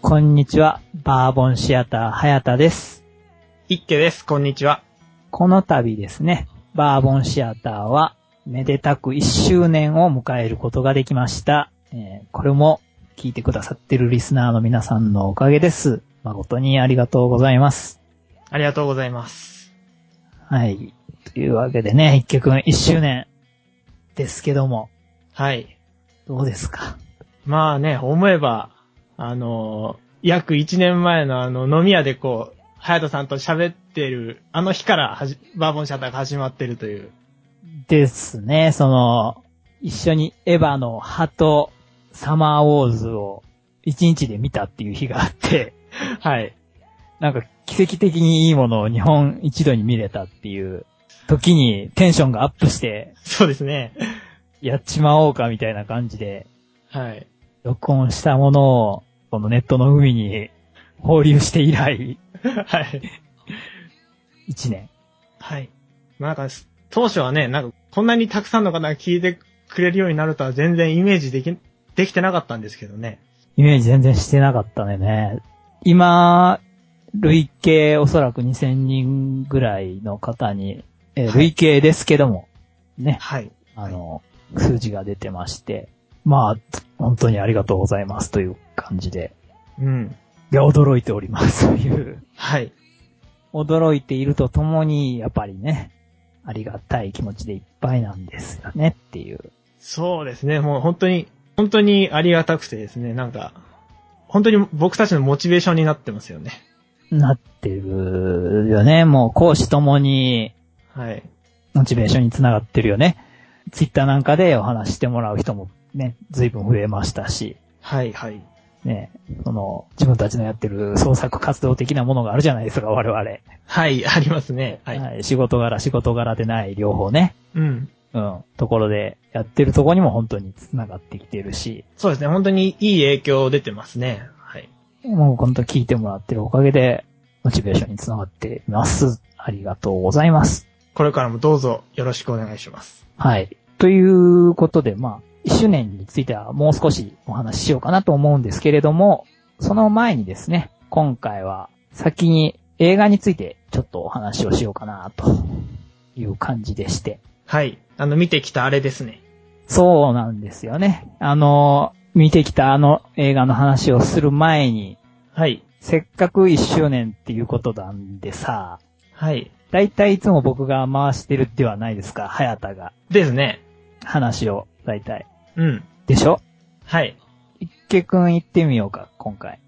こんにちは。バーボンシアター、はやたです。一家です。こんにちは。この度ですね、バーボンシアターは、めでたく1周年を迎えることができました。えーこれも聞いてくださってるリスナーの皆さんのおかげです。誠にありがとうございます。ありがとうございます。はい。というわけでね、一家くん1周年ですけども、はい。どうですかまあね、思えば、あのー約1年前のあの、飲み屋でこう、隼人さんと喋ってる、あの日からはじ、バーボンシャッターが始まってるという。ですね、その、一緒にエヴァの葉とサマーウォーズを1日で見たっていう日があって、 はい。なんか奇跡的にいいものを日本一度に見れたっていう時にテンションがアップしてそうですね。やっちまおうかみたいな感じではい。 録音したものをこのネットの海に放流して以来はい。 1年。はい。まあなんか、当初はね、なんか、こんなにたくさんの方が聞いてくれるようになるとは全然イメージでき、できてなかったんですけどね。イメージ全然してなかったねね。今、累計おそらく2000人ぐらいの方に、えーはい累計ですけども、ね、はい。あの、数字が出てまして、まあ、本当にありがとうございますという感じで、うん。いや、驚いておりますという、はい。驚いているとともに、やっぱりね、ありがたい気持ちでいっぱいなんですよねっていう。そうですね、もう本当に、本当にありがたくてですね、なんか、本当に僕たちのモチベーションになってますよね。なってるよね。もう講師ともに、はい。モチベーションにつながってるよね。ツイッターなんかでお話してもらう人もね、随分増えましたし、はい、はい。ね、その、自分たちのやってる創作活動的なものがあるじゃないですか、我々。はい、ありますね。はい。はい仕事柄、仕事柄でない両方ね。うん。うん。ところで、やってるところにも本当に繋がってきてるし、そうですね、本当にいい影響出てますね。はい。もう本当聞いてもらってるおかげで、モチベーションにつながっています。ありがとうございます。これからもどうぞよろしくお願いします。はい。ということで、まあ、一周年についてはもう少しお話ししようかなと思うんですけれども、その前にですね、今回は先に映画についてちょっとお話をしようかなという感じでして。はい。あの、見てきたあれですね。そうなんですよね。あの、見てきたあの映画の話をする前に、はい。せっかく一周年っていうことなんでさ、はい。だいたいいつも僕が回してるではないですか、早田が。ですね。話を、だいたい。うん。でしょはい。一家くん行ってみようか、今回。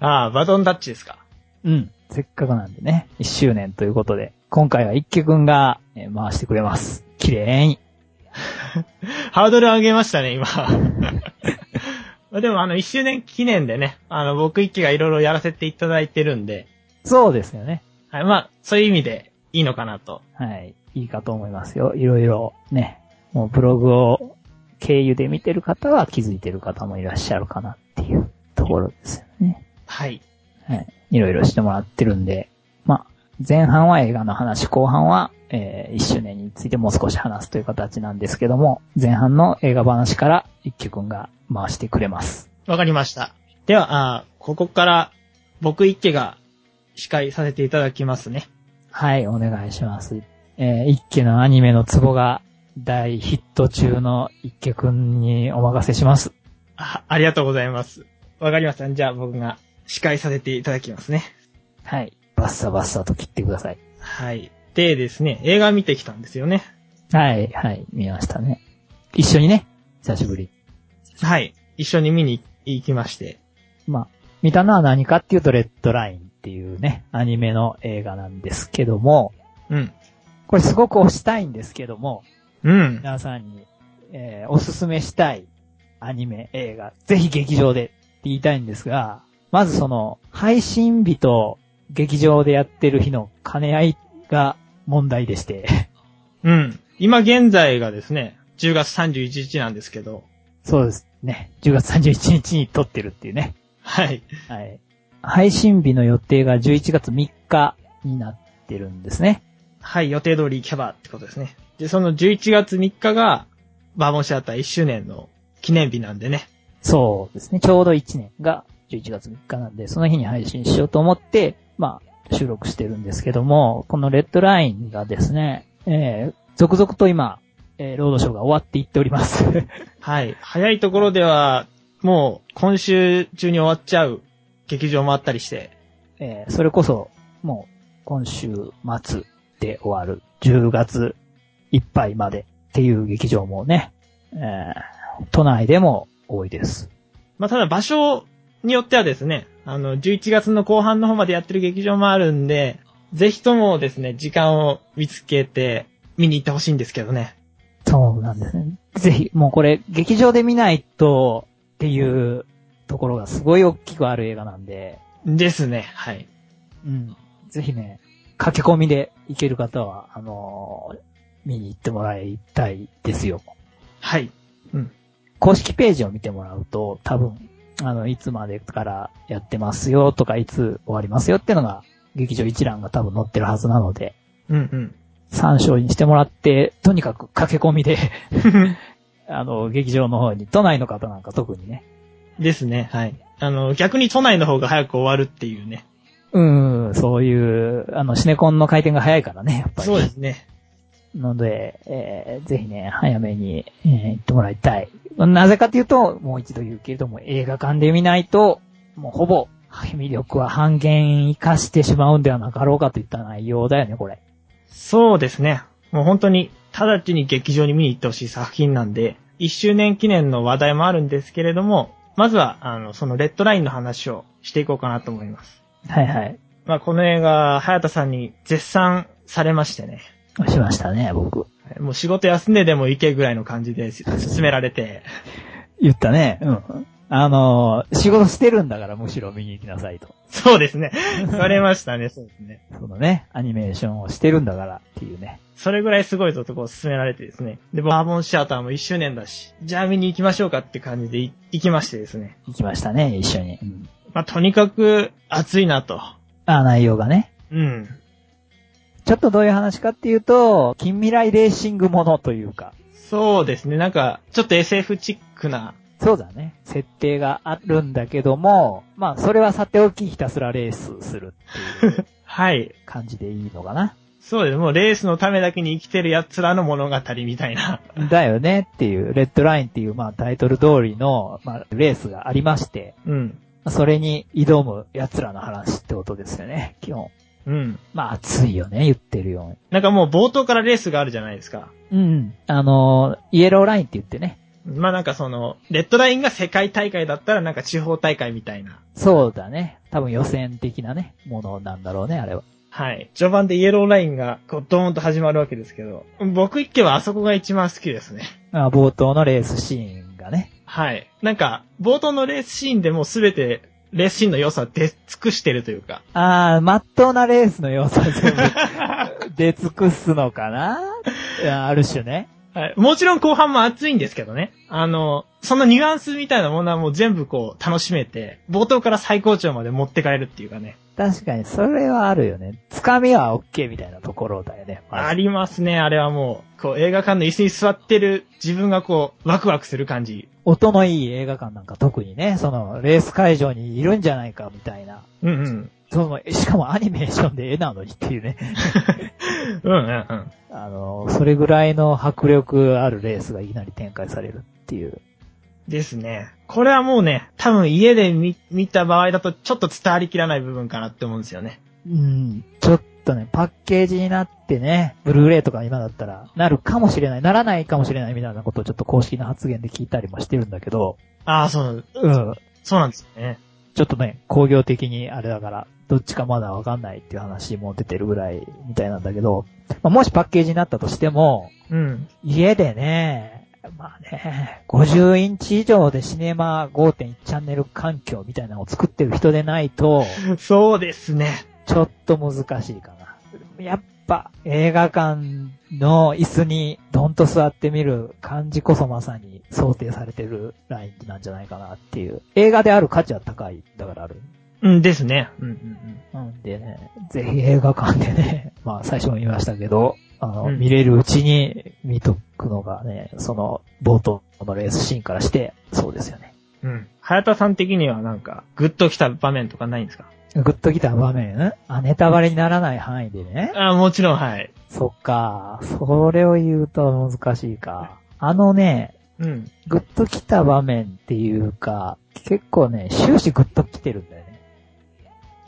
ああ、バトンタッチですか。うん。せっかくなんでね。一周年ということで。今回は一家くんが、えー回してくれます。綺麗に。ハードル上げましたね、今。でも、あの、一周年記念でね、あの、僕一期がいろいろやらせていただいてるんで、そうですよね。はい、まあ、そういう意味でいいのかなと。はい。いいかと思いますよ。いろいろね。もうブログを経由で見てる方は気づいてる方もいらっしゃるかなっていうところですよね。はい。はい。いろいろしてもらってるんで。まあ、前半は映画の話、後半は、えー、一周年についてもう少し話すという形なんですけども、前半の映画話から一休くんが回してくれます。わかりました。では、あーここから僕一家が司会させていただきますね。はい、お願いします。えー、一休のアニメのツボが大ヒット中の一休くんにお任せします。あありがとうございます。わかりました。じゃあ僕が司会させていただきますね。はい。バッサバッサと切ってください。はい。でですね、映画見てきたんですよね。はい、はい、見ましたね。一緒にね、久しぶり。はい。一緒に見に行きまして。まあ、見たのは何かっていうと、レッドラインっていうね、アニメの映画なんですけども、うん。これすごく推したいんですけども、うん。皆さんに、えーおすすめしたいアニメ、映画、ぜひ劇場でって言いたいんですが、まずその、配信日と劇場でやってる日の兼ね合いが問題でして、 うん。今現在がですね、10月31日なんですけど、そうですね、10月31日に撮ってるっていうね。はい。はい。配信日の予定が11月3日になってるんですね。はい、予定通り行けばってことですね。で、その11月3日が、バーボンシアター1周年の記念日なんでね。そうですね。ちょうど1年が11月3日なんで、その日に配信しようと思って、まあ、収録してるんですけども、このレッドラインがですね、えー、続々と今、えー、ロードショーが終わっていっております。 はい。早いところでは、もう今週中に終わっちゃう劇場もあったりして、えーそれこそ、もう、今週末で終わる、10月いっぱいまでっていう劇場もね、えー都内でも多いです。まあ、ただ場所によってはですね、あの、11月の後半の方までやってる劇場もあるんで、ぜひともですね、時間を見つけて見に行ってほしいんですけどね。そうなんですね。ぜひ、もうこれ、劇場で見ないとっていうところがすごい大きくある映画なんで、ですね、はい。うん。ぜひね、駆け込みで行ける方は、あのー見に行ってもらいたいですよ。はい。公式ページを見てもらうと、多分、あの、いつまでからやってますよとか、いつ終わりますよっていうのが、劇場一覧が多分載ってるはずなので、うん参照にしてもらって、とにかく駆け込み で、あの、劇場の方に、都内の方なんか特にね。うん。ですね、はい。あの、逆に都内の方が早く終わるっていうね。うーん、そういう、あの、シネコンの回転が早いからね、やっぱり。そうですね。ので、えーぜひね、早めに、えー行ってもらいたい。なぜかというと、もう一度言うけれども、映画館で見ないと、もうほぼ、魅力は半減活かしてしまうんではなかろうかといった内容だよね、これ。そうですね。もう本当に、直ちに劇場に見に行ってほしい作品なんで、1周年記念の話題もあるんですけれども、まずは、あの、そのレッドラインの話をしていこうかなと思います。はいはい。まあ、この映画、早田さんに絶賛されましてね。しましたね、僕。もう仕事休んででも行けぐらいの感じで進められて。言ったね。うん。あのー仕事してるんだからむしろ見に行きなさいと。そうですね。言われましたね、そうですね。 そのね、アニメーションをしてるんだからっていうね。それぐらいすごいぞとこう勧められてですね。で、バーボンシアターも1周年だし、じゃあ見に行きましょうかって感じでい行きましてですね。行きましたね、一緒に。うん。まあ、とにかく暑いなと。あ、内容がね。うん。ちょっとどういう話かっていうと、近未来レーシングものというか、そうですね。なんか、ちょっと SF チックな。そうだね。設定があるんだけども、まあ、それはさておきひたすらレースするっていうはい。感じでいいのかな。そうです。もうレースのためだけに生きてる奴らの物語みたいな。 だよねっていう、レッドラインっていう、まあ、タイトル通りの、まあ、レースがありまして、うん。それに挑む奴らの話ってことですよね、基本。うん。まあ、熱いよね、言ってるように。なんかもう冒頭からレースがあるじゃないですか。うん。あの、イエローラインって言ってね。まあなんかその、レッドラインが世界大会だったらなんか地方大会みたいな。そうだね。多分予選的なね、ものなんだろうね、あれは。はい。序盤でイエローラインがこうドーンと始まるわけですけど、僕一家はあそこが一番好きですね。あ冒頭のレースシーンがね。はい。なんか、冒頭のレースシーンでもうすべてレースシーンの良さ出尽くしてるというか。ああ、まっとうなレースの要素を 全部出尽くすのかないやある種ね。はい。もちろん後半も熱いんですけどね。あの、そのニュアンスみたいなものはもう全部こう楽しめて、冒頭から最高潮まで持ってかれるっていうかね。確かに、それはあるよね。つかみは OK みたいなところだよね。まずありますね、あれはもう。こう映画館の椅子に座ってる自分がこう、ワクワクする感じ。音のいい映画館なんか特にね、その、レース会場にいるんじゃないかみたいな。うんうん。その、しかもアニメーションで絵なのにっていうね。 うんうんうん。あの、それぐらいの迫力あるレースがいきなり展開されるっていう。ですね。これはもうね、多分家で見、見た場合だとちょっと伝わりきらない部分かなって思うんですよね。うん、ちょっとね、パッケージになってね、ブルーレイとか今だったら、なるかもしれない、ならないかもしれないみたいなことをちょっと公式な発言で聞いたりもしてるんだけど、ああ、そう、うん、そうなんですよね。ちょっとね、工業的にあれだから、どっちかまだわかんないっていう話も出てるぐらいみたいなんだけど、まあ、もしパッケージになったとしても、うん。家でね、まあね、50インチ以上でシネマ5.1チャンネル環境みたいなのを作ってる人でないと、そうですね。ちょっと難しいかな。やっぱ映画館の椅子にどんと座ってみる感じこそまさに想定されてるラインなんじゃないかなっていう。映画である価値は高い。だからある。うんですね。うんうんうん。なんでね、ぜひ映画館でね、 まあ最初も言いましたけど、あの、うん見れるうちに見とくのがね、その冒頭のレースシーンからして、そうですよね。うん。早田さん的にはなんか、グッと来た場面とかないんですかグッときた場面あ、ネタバレにならない範囲でね。あもちろん、はい。そっか。それを言うと難しいか。あのね、うん。グッときた場面っていうか、結構ね、終始グッときてるんだよね。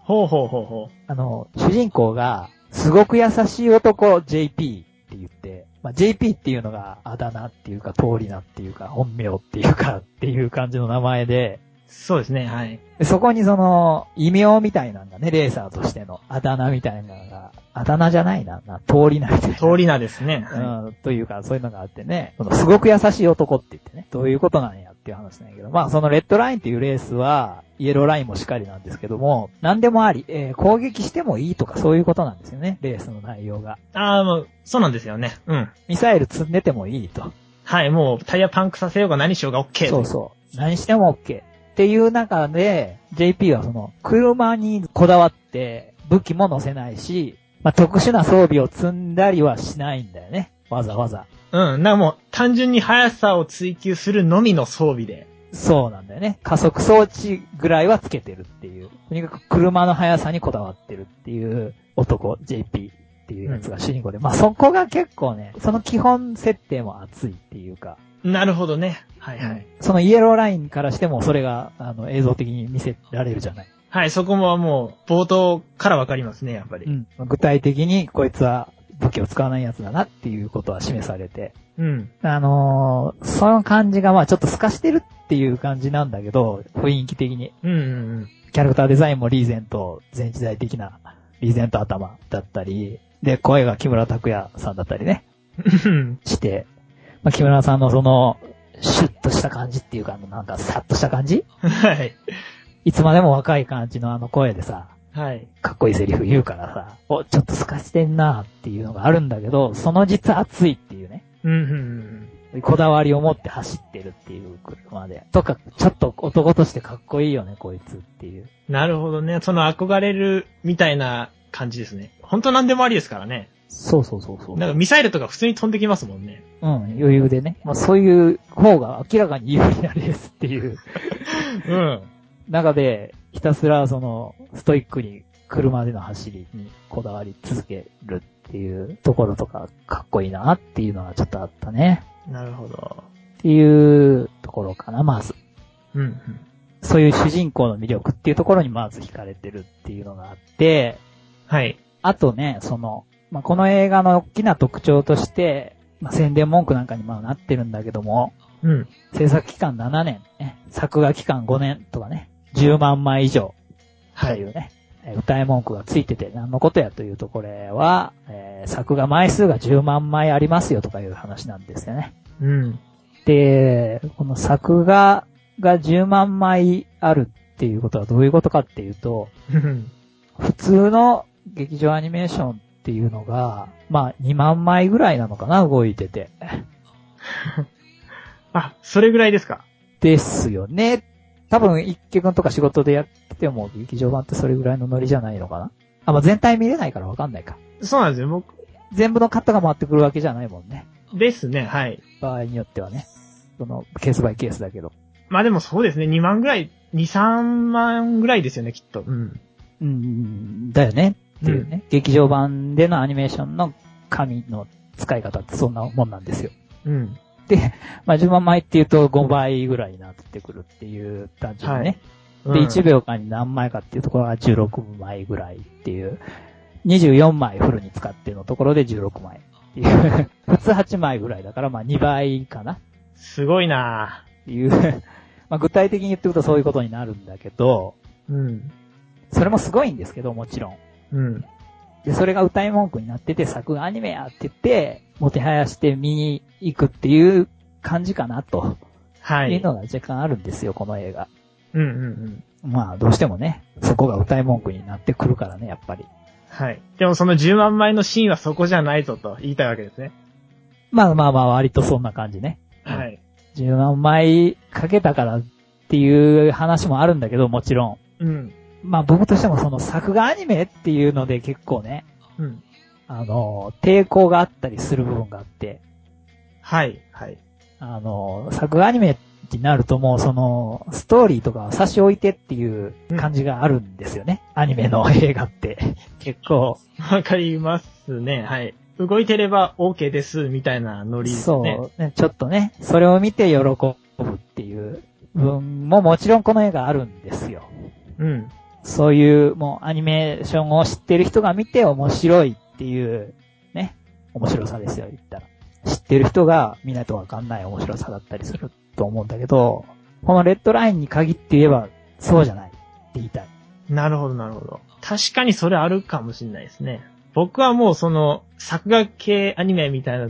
ほうほうほうほあの、主人公が、すごく優しい男 JP って言って、まあ、JP っていうのがあだ名っていうか通り名っていうか本名っていうかっていう感じの名前で、う。そうですね、はい。でそこにその異名みたいなのがね、レーサーとしてのあだ名みたいなのが、あだ名じゃないな、な通り名みたいな。通り名ですね。はうん、というか、そういうのがあってね、そのすごく優しい男って言ってね、どういうことなんやっていう話なんやけど、まあそのレッドラインっていうレースは、イエローラインもしかりなんですけども、何でもあり、えー攻撃してもいいとかそういうことなんですよね、レースの内容が。い。ああ、もう、そうなんですよね。うん。ミサイル積んでてもいいと。はい、もう、タイヤパンクさせようが何しようが OK。そうそう。何しても OK。っていう中で、JP はその、車にこだわって、武器も乗せないし、まあ特殊な装備を積んだりはしないんだよね。わざわざ。うん。な、もう、単純に速さを追求するのみの装備で。そうなんだよね。加速装置ぐらいはつけてるっていう。とにかく車の速さにこだわってるっていう男、JP っていうやつが主人公で。まあそこが結構ね、その基本設定も熱いっていうか、なるほどね。はいはい。そのイエローラインからしてもそれがあの映像的に見せられるじゃない。はい、そこももう、冒頭からわかりますね、やっぱり。うん。具体的にこいつは武器を使わないやつだなっていうことは示されて。うん。あのーその感じがまあちょっと透かしてるっていう感じなんだけど、雰囲気的に。うんうんうん。キャラクターデザインもリーゼント、全時代的なリーゼント頭だったり、で、声が木村拓哉さんだったりね、うんして、まあ、木村さんのその、シュッとした感じっていうか、あのなんかサッとした感じ はい。いつまでも若い感じのあの声でさ、はい。かっこいいセリフ言うからさ、お、ちょっと透かしてんなっていうのがあるんだけど、その実熱いっていうね、うんうんうん。こだわりを持って走ってるっていう車で、とか、ちょっと男としてかっこいいよね、こいつっていう。なるほどね。その憧れるみたいな感じですね。本当何でもありですからね。そうそうそうそう。なんかミサイルとか普通に飛んできますもんね。うん、余裕でね。まあそういう方が明らかに有利なレースっていう うん。中で、ひたすらその、ストイックに車での走りにこだわり続けるっていうところとか、かっこいいなっていうのはちょっとあったね。なるほど。っていうところかな、まず。うんうん。そういう主人公の魅力っていうところにまず惹かれてるっていうのがあって、はい。あとね、その、まあ、この映画の大きな特徴として、まあ、宣伝文句なんかにまあなってるんだけども、うん。制作期間7年、ね、作画期間5年とかね、10万枚以上とはいい。うね、えー歌い文句がついてて何のことやというとこれは、えー作画枚数が10万枚ありますよとかいう話なんですよね。うん。 で、この作画が10万枚あるっていうことはどういうことかっていうと、うん普通の劇場アニメーションっていうのが、まあ2万枚ぐらいなのかな、動いてて。あ、それぐらいですか。ですよね。多分、一級君とか仕事でやってても、劇場版ってそれぐらいのノリじゃないのかなあ、まあ、全体見れないからわかんないか。そうなんですよ。僕、全部のカットが回ってくるわけじゃないもんね。ですね。はい。場合によってはね。その、ケースバイケースだけど。まあでもそうですね。2万ぐらい、2、3万ぐらいですよね、きっと。うん。うんうん、だよね。っていうね、劇場版でのアニメーションの紙の使い方ってそんなもんなんですよ。うん。まあ、10万枚っていうと5倍ぐらいになってくるっていう単純にね。うんで、1秒間に何枚かっていうところが16枚ぐらいっていう、24枚フルに使ってのところで16枚っていう、 普通8枚ぐらいだから、まあ2倍かなっすごいなていう、 まあ具体的に言ってくとそういうことになるんだけど、うん。それもすごいんですけど、もちろん。うん。で、それが歌い文句になってて、作画アニメやって言って、もてはやして見に行くっていう感じかなと、、はいい。うのが若干あるんですよ、この映画。うんうんうん。まあ、どうしてもね、そこが歌い文句になってくるからね、やっぱり。はい。でもその10万枚のシーンはそこじゃないぞと言いたいわけですね。まあまあまあ、割とそんな感じね。はい。 10万枚かけたからっていう話もあるんだけど、もちろん。うん。まあ僕としてもその作画アニメっていうので結構ね、うん。あの、抵抗があったりする部分があって、はい。はい。あの、作画アニメってなるともうその、ストーリーとかを差し置いてっていう感じがあるんですよね。アニメの映画って。結構、わかりますね。はい。動いてれば OK です、みたいなノリですそうね。ね、ちょっとね、それを見て喜ぶっていう部分ももちろんこの映画あるんですよ。うん。そういう、もうアニメーションを知ってる人が見て面白いっていう、ね、面白さですよ、言ったら。知ってる人が見ないとわかんない面白さだったりすると思うんだけど、このレッドラインに限って言えば、そうじゃないって言いたい。なるほど、なるほど。確かにそれあるかもしれないですね。僕はもうその、作画系アニメみたいな、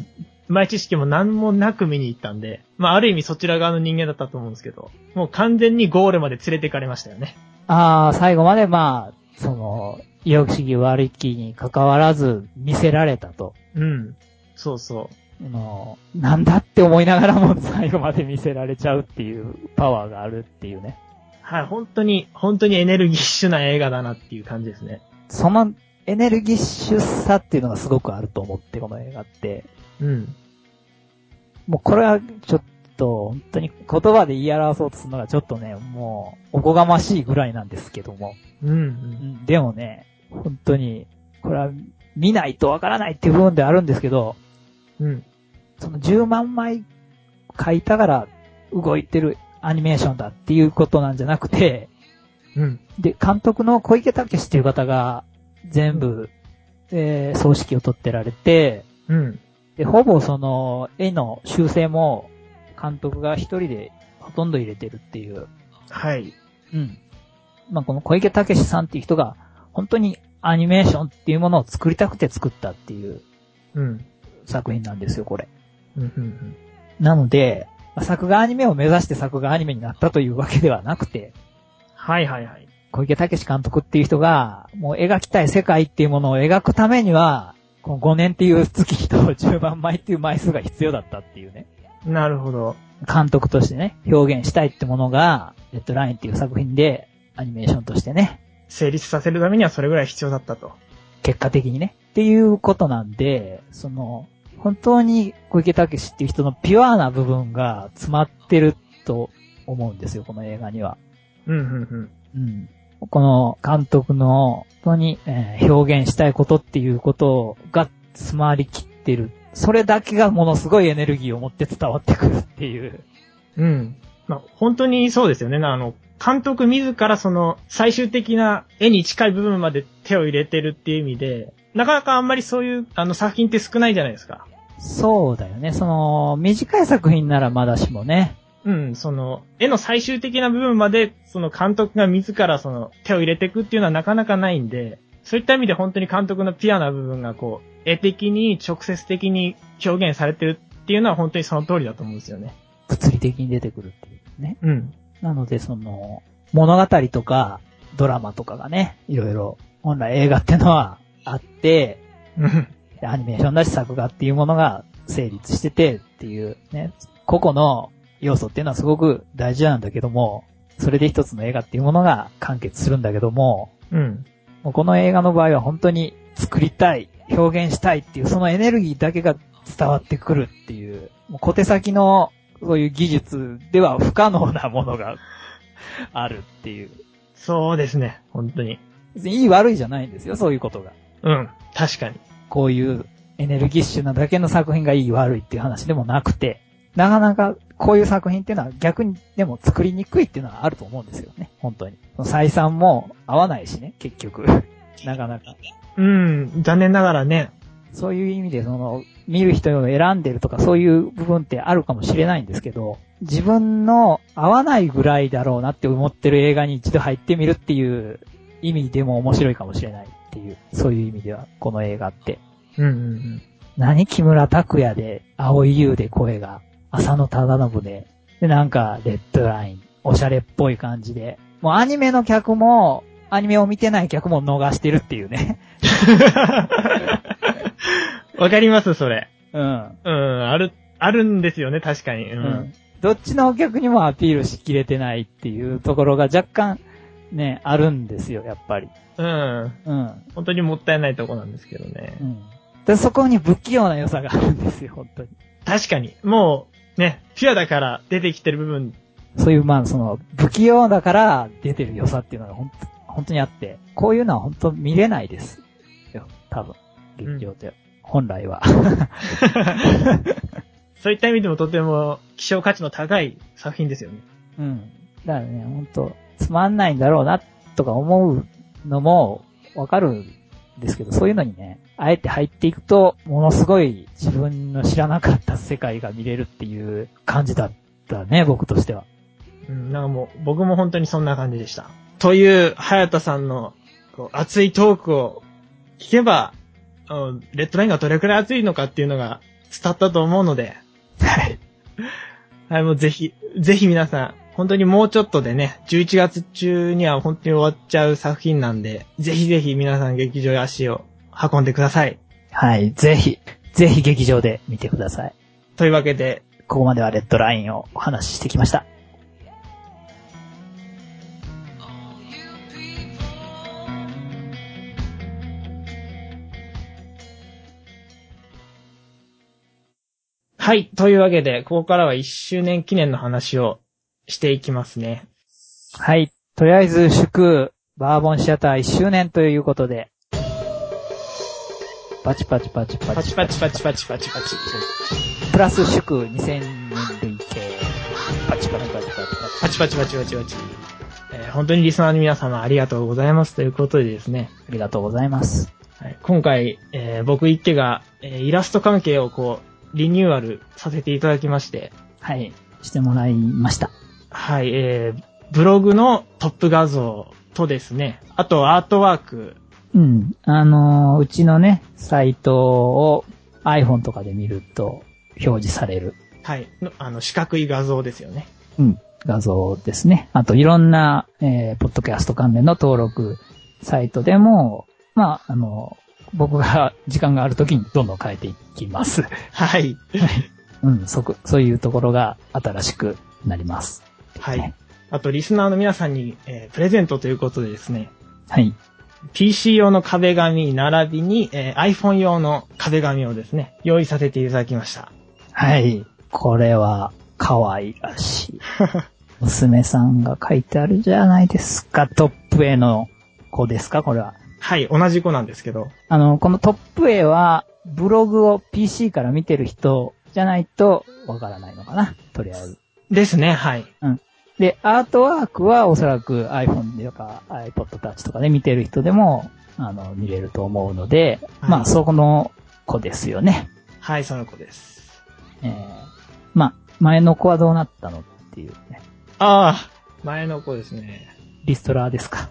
前知識も何もなく見に行ったんで、まあある意味そちら側の人間だったと思うんですけど、もう完全にゴールまで連れてかれましたよね。あー、最後までまあ、その、意欲主義悪い気に関わらず見せられたと。うん。そうそう。あの、なんだって思いながらも最後まで見せられちゃうっていうパワーがあるっていうね。はい、本当に、本当にエネルギッシュな映画だなっていう感じですね。そのエネルギッシュさっていうのがすごくあると思って、この映画って。うん。もうこれはちょっと、本当に言葉で言い表そうとするのがちょっとね、もう、おこがましいぐらいなんですけども。うん、う。うんんでもね、本当に、これは見ないとわからないっていう部分ではあるんですけど、うん。その10万枚書いたから動いてるアニメーションだっていうことなんじゃなくて、うん。で、監督の小池武史っていう方が全部、えー、葬式を取ってられて、うん。で、ほぼその、絵の修正も、監督が一人でほとんど入れてるっていう。はい。うん。まあ、この小池武史さんっていう人が、本当にアニメーションっていうものを作りたくて作ったっていううん。作品なんですよ、これ。うん、うん、うん。なので、まあ作画アニメを目指して作画アニメになったというわけではなくて、はい、はい、はい。小池武史監督っていう人が、もう描きたい世界っていうものを描くためには、この5年っていう月日と10万枚っていう枚数が必要だったっていうね。なるほど。監督としてね、表現したいってものが、レッドラインっていう作品で、アニメーションとしてね、成立させるためにはそれぐらい必要だったと。結果的にね、っていうことなんで、その、本当に小池武史っていう人のピュアな部分が詰まってると思うんですよ、この映画には。うん、うん、うん。この監督の本当に、えー表現したいことっていうことが詰まりきってる。それだけがものすごいエネルギーを持って伝わってくるっていう。うん。うん。まあ、本当にそうですよね。あの、監督自らその、最終的な絵に近い部分まで手を入れてるっていう意味で、なかなかあんまりそういう、あの、作品って少ないじゃないですか。そうだよね。その、短い作品ならまだしもね。うん、その、絵の最終的な部分まで、その監督が自らその、手を入れていくっていうのはなかなかないんで、そういった意味で本当に監督のピュアな部分がこう、絵的に直接的に表現されてるっていうのは本当にその通りだと思うんですよね。物理的に出てくるっていうね。うん。なので、その、物語とか、ドラマとかがね、いろいろ、本来映画ってのはあって、うん。でアニメーションだし作画っていうものが成立しててっていうね、個々の要素っていうのはすごく大事なんだけども、それで一つの映画っていうものが完結するんだけども、うん。もうこの映画の場合は本当に作りたい、表現したいっていうそのエネルギーだけが伝わってくるっていう、もう小手先のそういう技術では不可能なものが あるっていう。そうですね。本当に。別にいい悪いじゃないんですよ、そういうことが。うん。確かに。こういうエネルギッシュなだけの作品がいい悪いっていう話でもなくて、なかなかこういう作品っていうのは逆にでも作りにくいっていうのはあると思うんですよね、本当に。その採算も合わないしね、結局。 なかなか。うん。残念ながらね。そういう意味でその、見る人を選んでるとかそういう部分ってあるかもしれないんですけど、自分の合わないぐらいだろうなって思ってる映画に一度入ってみるっていう意味でも面白いかもしれないっていう、そういう意味ではこの映画ってうんうん何木村拓哉で、青井優で声が、浅野忠信で、で、なんか、レッドライン、おしゃれっぽい感じで、もうアニメの客も、アニメを見てない客も逃してるっていうね。うん。 わかります、それ。うん。うん。ある、あるんですよね、確かに。う。うんん。どっちのお客にもアピールしきれてないっていうところが若干、ね、あるんですよ、やっぱり。うん。うん。本当にもったいないとこなんですけどねう。ん。で、そこに不器用な良さがあるんですよ、本当に。確かに。もう、ね、ピュアだから出てきてる部分そういう、まあ、その、不器用だから出てる良さっていうのが本当本当にあって、こういうのは本当見れないですよ。多分、劇場で。本来は。そういった意味でもとても希少価値の高い作品ですよね。うん。だからね、ほんと、つまんないんだろうな、とか思うのも、わかるんですけど、そういうのにね、あえて入っていくと、ものすごい自分の知らなかった世界が見れるっていう感じだったね、僕としては。うん、なんかもう、僕も本当にそんな感じでした。という、早田さんのこう熱いトークを聞けば、うんレッドラインがどれくらい熱いのかっていうのが伝わったと思うので、はい。はい、もうぜひ、ぜひ皆さん、本当にもうちょっとでね、11月中には本当に終わっちゃう作品なんで、ぜひぜひ皆さん劇場へ足を運んでください。はい、ぜひ、ぜひ劇場で見てください。というわけで、ここまではレッドラインをお話ししてきました。はい、というわけで、ここからは1周年記念の話をしていきますね。はい。とりあえず、祝、バーボンシアター1周年ということで、パチパチパチパチパチパチパチパチパチパチ。プラス祝2000人類系。パチパチパチパチパチ。パチパチパチパチパチ。えー本当にリスナーの皆様ありがとうございますということでですね。ありがとうございます。はい、今回、えー僕一家が、えーイラスト関係をこう、リニューアルさせていただきまして、はい。してもらいました。はい、えーブログのトップ画像とですね、あとアートワーク、うん。あのーうちのね、サイトを iPhone とかで見ると表示される、はい、のあの、四角い画像ですよね。うん、画像ですね。あと、いろんな、えー、ポッドキャスト関連の登録サイトでも、まあ、あの僕が時間がある時にどんどん変えていき ます。はい、うん、そこ、そういうところが新しくなります。はい。あと、リスナーの皆さんに、えープレゼントということでですね、はい。 PC 用の壁紙並びに、えー iPhone 用の壁紙をですね、用意させていただきました。はい。これは、可愛らし い。娘さんが書いてあるじゃないですか。トップ絵の子ですかこれは。はい、同じ子なんですけど、あの、このトップ絵は、ブログを PC から見てる人じゃないとわからないのかな。とりあえず。ですね、はい。で、アートワークはおそらく iPhone とか iPod Touch とかで見てる人でも、あの、見れると思うので、はいまあ、そこの子ですよね。はい、その子です。えー、まあ、前の子はどうなったのっていうね。ああ、前の子ですね。リストラですか。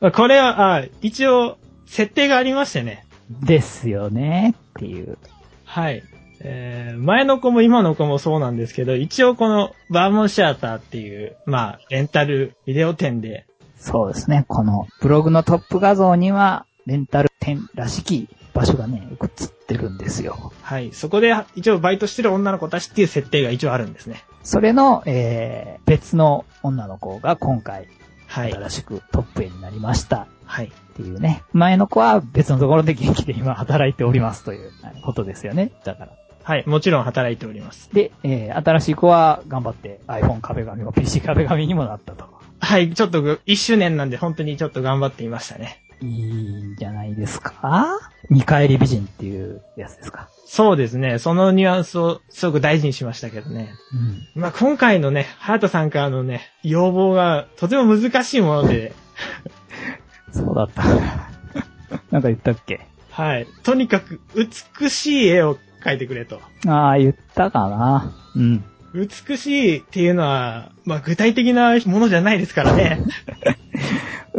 まあこれは、あー一応、設定がありましてね。ですよねっていう。はい。えー前の子も今の子もそうなんですけど、一応このバーモンシアターっていう、まあ、レンタルビデオ店で、そうですね。このブログのトップ画像には、レンタル店らしき場所がね、映ってるんですよ。はい、そこで一応バイトしてる女の子たちっていう設定が一応あるんですね。それの、えー、別の女の子が今回、はい。新しくトップ絵になりました。はい。っていうね。前の子は別のところで元気で今働いておりますというはいことですよね。だから。はい、もちろん働いております。で、えー、新しい子は頑張って iPhone 壁紙も PC 壁紙にもなったと。はい、ちょっとぐ一周年なんで本当にちょっと頑張っていましたね。いいんじゃないですか見返り美人っていうやつですか。そうですね、そのニュアンスをすごく大事にしましたけどね。うん。まあ、今回のね、ハヤトさんからのね、要望がとても難しいもので、そうだった。 なんか言ったっけはい。とにかく美しい絵を描いてくれと。ああ、言ったかな。うん。美しいっていうのは、まあ、具体的なものじゃないですからね。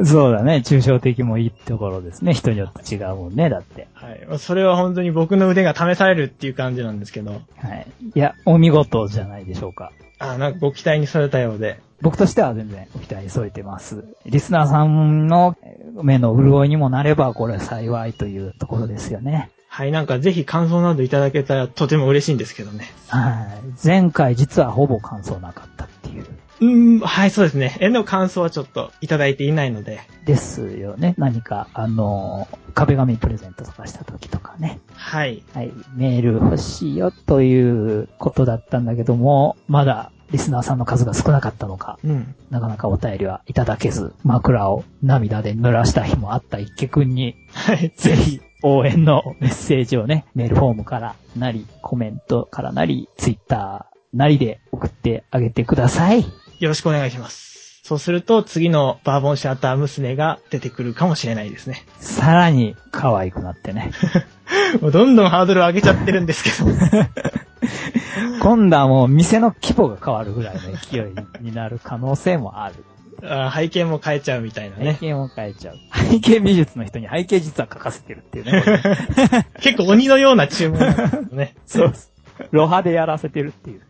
そうだね。抽象的もいいところですね。人によって違うもんね。だって。はい。まあそれは本当に僕の腕が試されるっていう感じなんですけど、はい。いや、お見事じゃないでしょうか。あなんかご期待にされたようで。僕としては全然お期待に添えてます。リスナーさんのえー目の潤いにもなれば、これ幸いというところですよね。はい、なんかぜひ感想などいただけたらとても嬉しいんですけどね。はい。前回実はほぼ感想なかったっていう。うーん、はい、そうですね。絵の感想はちょっといただいていないので、ですよね。何か、あの、壁紙プレゼントとかした時とかね。はい。はい。メール欲しいよということだったんだけども、まだリスナーさんの数が少なかったのか、うん。なかなかお便りはいただけず、枕を涙で濡らした日もあった一家くんに、はい。ぜひ応援のメッセージをね、メールフォームからなり、コメントからなり、ツイッターなりで送ってあげてください。よろしくお願いします。そうすると、次のバーボンシャーター娘が出てくるかもしれないですね。 さらに可愛くなってね。もうどんどんハードル上げちゃってるんですけど。今度はもう店の規模が変わるぐらいの勢いになる可能性もある。 あー背景も変えちゃうみたいな 背ね。景を変えちゃう。背景美術の人に背景実は書かせてるっていうね。これね結構鬼のような注文なんですけどね。 そうです。ロハでやらせてるっていう。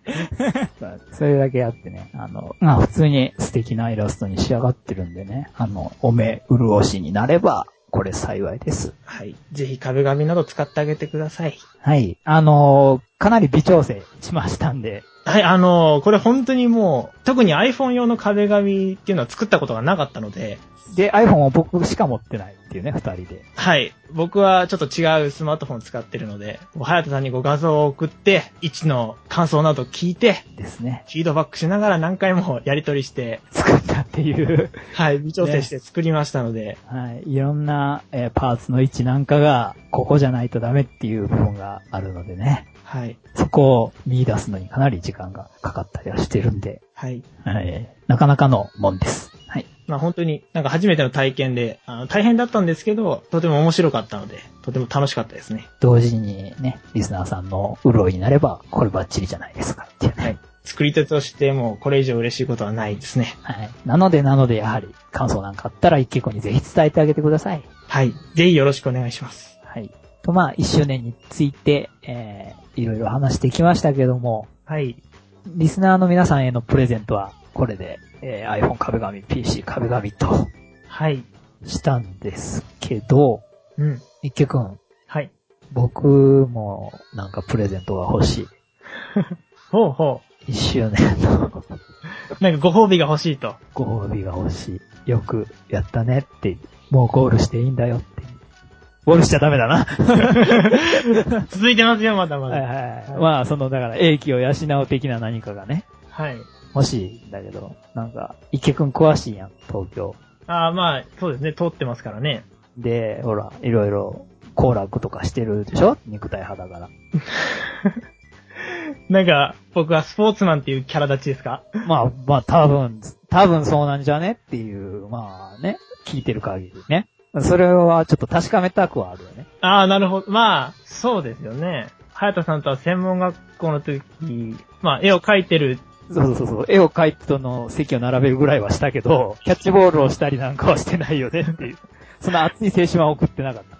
それだけあってね、あの、まあ普通に素敵なイラストに仕上がってるんでね、あの、お目潤しになれば、これ幸いです。はい。ぜひ壁紙など使ってあげてください。はい。あのかなり微調整しましたんで、はい、あのーこれ本当にもう、特に iPhone 用の壁紙っていうのは作ったことがなかったので、で、iPhone を僕しか持ってないっていうね、二人で。はい。僕はちょっと違うスマートフォン使ってるので、はやたさんにご画像を送って、位置の感想など聞いて、ですね。フィードバックしながら何回もやり取りして、作ったっていう。はい、微調整して作りましたので、はい。いろんな、えーパーツの位置なんかが、ここじゃないとダメっていう部分があるのでね。はい。そこを見出すのにかなり時間がかかったりはしてるんで、はい。はい。なかなかのもんです。はい。まあ本当になんか初めての体験で、あの大変だったんですけど、とても面白かったので、とても楽しかったですね。同時にね、リスナーさんの潤いになれば、これバッチリじゃないですかっていうはいね。。作り手としてもこれ以上嬉しいことはないですね。はい。なので、なので、やはり、感想なんかあったら、一気子にぜひ伝えてあげてください。はい。ぜひよろしくお願いします。はい。と、まあ、一周年について、えー、いろいろ話してきましたけども、はい。リスナーの皆さんへのプレゼントは、これで、えー iPhone 壁紙、PC 壁紙とはい。したんですけど、うん。一休くん、はい。僕もなんかプレゼントが欲しほうほい。一周年のう。なんかご褒美が欲しいと。 ご褒美が欲しい。よくやったねって、もうゴールしていいんだよって。ゴールしちゃダメだな。続いてますよ、まだまはいだ。はいはい。まあ、その、だから、英気を養う的な何かがね、はい。欲しいんだけど、なんか、池くん詳しいやん、東京。ああ、まあ、そうですね。通ってますからね。で、ほら、いろいろ、行楽とかしてるでしょ肉体派だから。なんか、僕はスポーツマンっていうキャラ立ちですかまあ、まあ、多分、多分そうなんじゃねっていう、まあね、聞いてる限りね。それはちょっと確かめたくはあるよね。ああ、なるほど。まあ、そうですよね。早田さんとは専門学校の時、まあ、絵を描いてる。そうそうそう。絵を描いてとの席を並べるぐらいはしたけど、キャッチボールをしたりなんかはしてないよねっていう。 その熱い青春は送ってなかった。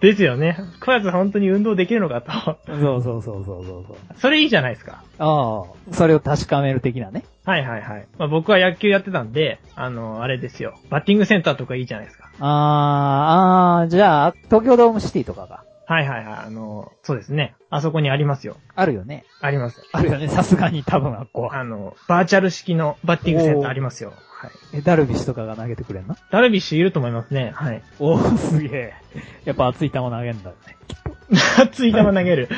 ですよね。こやつ本当に運動できるのかと。 そうそうそうそうそうそう。それいいじゃないですか。ああ、それを確かめる的なね。はいはいはい。まあ、僕は野球やってたんで、あの、あれですよ。バッティングセンターとかいいじゃないですか。あーあー、じゃあ、東京ドームシティとかがはいはいはい。あの、そうですね。あそこにありますよ。あるよね。あります。あるよね。さすがに多分あっこは。あの、バーチャル式のバッティングセンターありますよ。はい。え、ダルビッシュとかが投げてくれんのダルビッシュいると思いますね。はい。 おー、すげえ。やっぱ熱い球投げんだよね。熱い球投げる。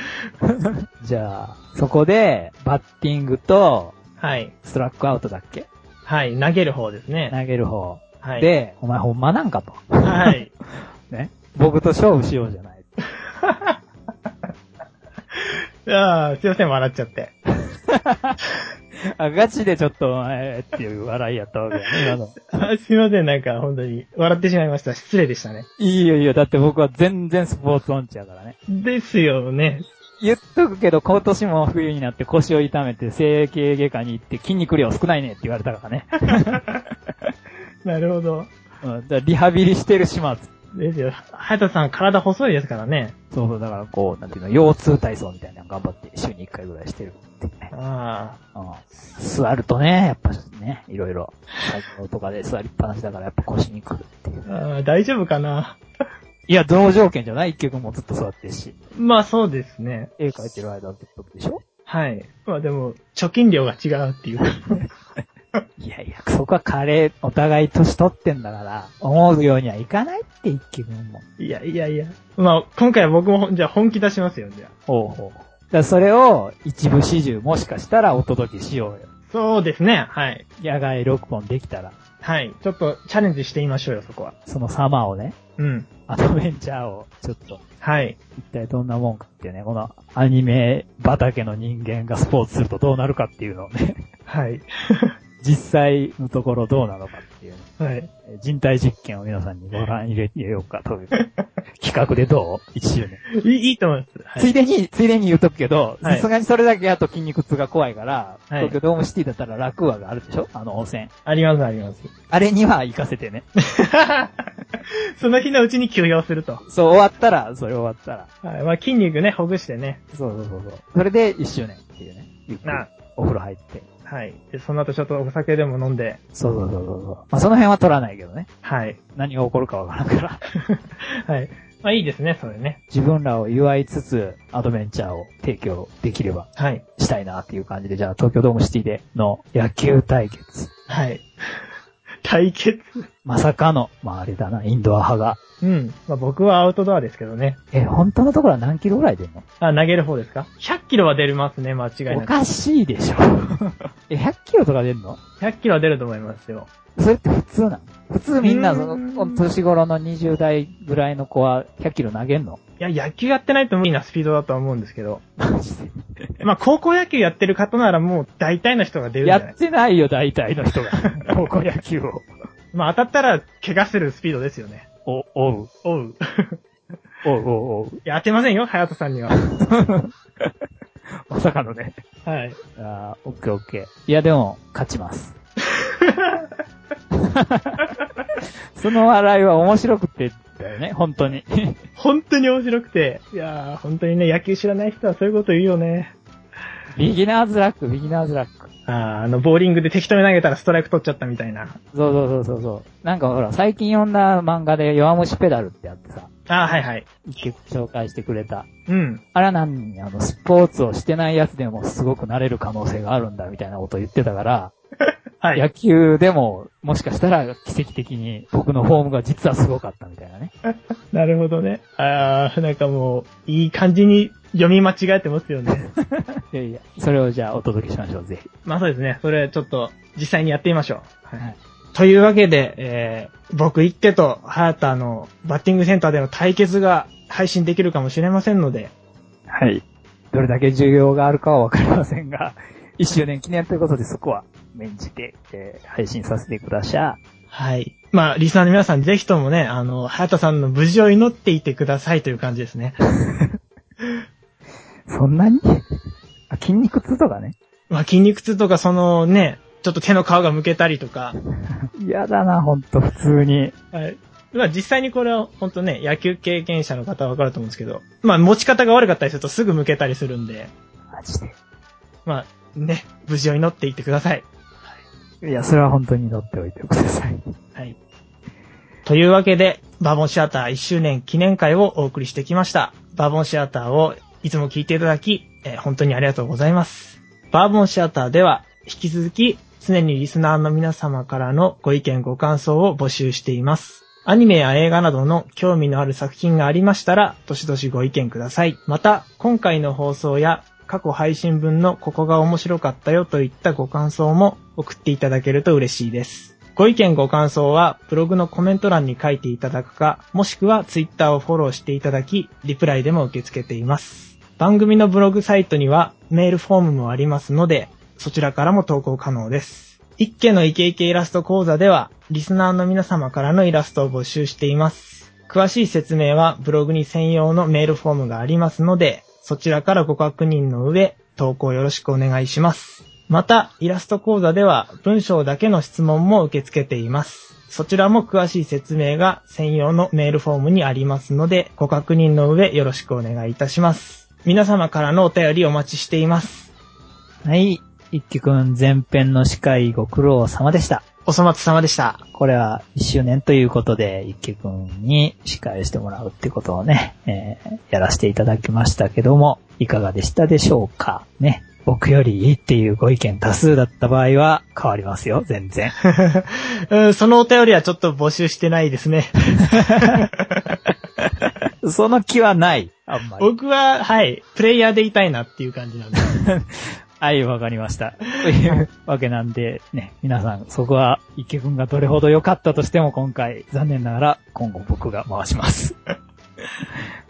じゃあ、そこで、バッティングと、はい。ストラックアウトだっけはい。投げる方ですね。投げる方。はい。、で、お前ほんまなんかと。はい。 ね。僕と勝負しようじゃ ない。ああ、すいません、笑っちゃって。あ、ガチでちょっと、えーっていう笑いやったわけやね、今の。あすいません、なんか、本当に。笑ってしまいました。失礼でしたね。いいよいいよ。だって僕は全然スポーツ音痴やからね。ですよね。言っとくけど、今年も冬になって腰を痛めて整形外科に行って筋肉量少ないねって言われたからね。なるほど。うん、だからリハビリしてる始末。ですよ。早田さん、体細いですからね。そうそう、だからこう、なんていうの、腰痛体操みたいなの頑張って週に1回ぐらいしてるっていうね。ああ。うん座るとね、やっぱね、いろいろ、作業とかで座りっぱなしだからやっぱ腰にくるっていう。ああ大丈夫かないや、同条件じゃない一曲もずっと座ってるし。まあ、そうですね。絵描いてる間はずっとでしょはい。まあでも、貯金量が違うっていう。 いやいや、そこはカレー、お互い年取ってんだから、思うようにはいかないって一曲も。いやいやいや。まあ、今回は僕も、じゃあ本気出しますよ、じゃあ。ほうほう。だからそれを一部始終もしかしたらお届けしようよ。そうですね。はい。野外6本できたら、はい。ちょっとチャレンジしてみましょうよ、そこは。そのサマーをね、うん。アドベンチャーを、ちょっと、はい。一体どんなもんかっていうね、このアニメ畑の人間がスポーツするとどうなるかっていうのをね、 はい。実際のところどうなのかっていうね、はい。えー人体実験を皆さんにご覧入れようか という企画でどう ?1 周年。いいいいと思います。はついい。でに、ついでに言うとくけど、はいさすがにそれだけあと筋肉痛が怖いから、はい東京ドームシティだったら楽話があるでしょあの温泉。あります、あります。 あれには行かせてね。その日のうちに休養すると。そう、終わったら、それ終わったら。はい。まあ、筋肉ね、ほぐしてね。そうそうそうそう。それで1周年っていうね。ゆっくりな、お風呂入って。はい。で、その後ちょっとお酒でも飲んで、そうそうそうそうそう。まあその辺は取らないけどね。はい。 何が起こるかわからんから。 はい。まあ、いいですね、それね。自分らを祝いつつ、アドベンチャーを提供できればはい。したいなっていう感じで、じゃあ東京ドームシティでの野球対決。はい。 対決。まさかの、まああれだな、インドア派が。うん。まあ、僕はアウトドアですけどね。え、本当のところは何キロぐらい出んのあ、投げる方ですか ?100 キロは出れますね、間違いおなく。かしいでしょ。 え、100キロとか出んの100キロは出ると思いますよ。それって普通なの普通みんな、うそーんの、年頃の20代ぐらいの子は100キロ投げんのいや、野球やってないと無理なスピードだとは思うんですけど。マジで。まあ、高校野球やってる方ならもう大体の人が出るんじやゃないってないよ、大体の 人が。高校野球を。まあ、当たったら怪我するスピードですよね。お、おう。おう。おうおうおう。い や、当てませんよ、隼人さんには。まさかのね。はい。あーオッケーオッケー。いや、でも、勝ち ます。その笑いは面白くて、だよね、本当に。本当に面白くて。いやー、本当にね、野球知らない人はそういうこと言うよね。ビギナーズラック、ビギナーズラック。あー、あの、ボーリングで適当に投げたらストライク取っちゃったみたいな。そうそうそうそうそう。なんかほら、最近読んだ漫画で弱虫ペダルってあってさ、あー、はいはい。一曲紹介してくれた。うん。あらなんに、あの、スポーツをしてないやつでもすごくなれる可能性があるんだみたいなこと言ってたから、はい。野球でも、もしかしたら奇跡的に僕のフォームが実はすごかったみたいな ね。なるほどね。あー、なんかもう、いい感じに読み間違えてますよね。いやいや、それをじゃあお届けしましょう、ぜひ。まあそうですね。それちょっと、実際にやってみましょはう。いというわけで、えー、僕一手と早田のバッティングセンターでの対決が配信できるかもしれませんので、はい。どれだけ需要があるかはわかりませんが、1周年記念ということでそこは、免じて、えー配信させてください。はい。まあ、リスナーの皆さんぜひともね、あの、早田さんの無事を祈っていてくださいという感じですね。そんなにあ筋肉痛とかね。まあ、筋肉痛とかそのね、ちょっと手の皮がむけたりとか、嫌だな、ほんと、普通に。はい。まあ実際にこれは本当ね、野球経験者の方はわかると思うんですけど、まあ持ち方が悪かったりするとすぐ向けたりするんで、マジで。まあね、無事を祈っていってください。いや、それは本当に乗っておいてください。はい。というわけで、バボンシアター1周年記念会をお送りしてきました。バボンシアターをいつも聞いていただき、えー本当にありがとうございます。バボンシアターでは、引き続き、常にリスナーの皆様からのご意見ご感想を募集しています。アニメや映画などの興味のある作品がありましたら、どしどしご意見ください。また、今回の放送や過去配信分のここが面白かったよといったご感想も送っていただけると嬉しいです。ご意見ご感想はブログのコメント欄に書いていただくか、もしくはツイッターをフォローしていただき、リプライでも受け付けています。番組のブログサイトにはメールフォームもありますので、そちらからも投稿可能です。一家のイケイケイラスト講座では、リスナーの皆様からのイラストを募集しています。詳しい説明はブログに専用のメールフォームがありますので、そちらからご確認の上、投稿よろしくお願いします。また、イラスト講座では文章だけの質問も受け付けています。そちらも詳しい説明が専用のメールフォームにありますので、ご確認の上よろしくお願いいたします。皆様からのお便りお待ちしています。はい。一輝くん前編の司会ご苦労様でした。おそ松様でした。これは1周年ということで、一輝くんに司会をしてもらうってことをね、えーやらせていただきましたけども、いかがでしたでしょうかね。僕よりいいっていうご意見多数だった場合は変わりますよ、全然。うん、そのお便りはちょっと募集してないですね。その気はない。あんまり。僕は、はい、プレイヤーでいたいなっていう感じなんで。はい、わかりました。というわけなんで、ね、皆さん、そこは、池君がどれほど良かったとしても、今回、残念ながら、今後僕が回します。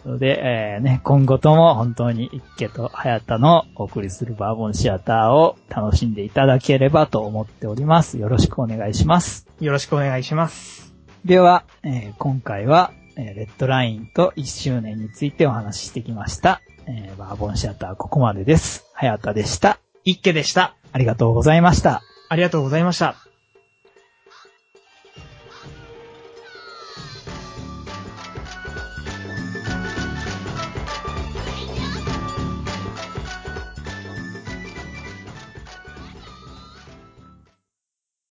ので、えーね、今後とも本当に池と早田のお送りするバーボンシアターを楽しんでいただければと思っております。よろしくお願いします。よろしくお願いします。では、えー今回は、えーレッドラインと1周年についてお話ししてきました。えーバーボンシアターここまでです。早田でした。一家でした。ありがとうございました。ありがとうございました。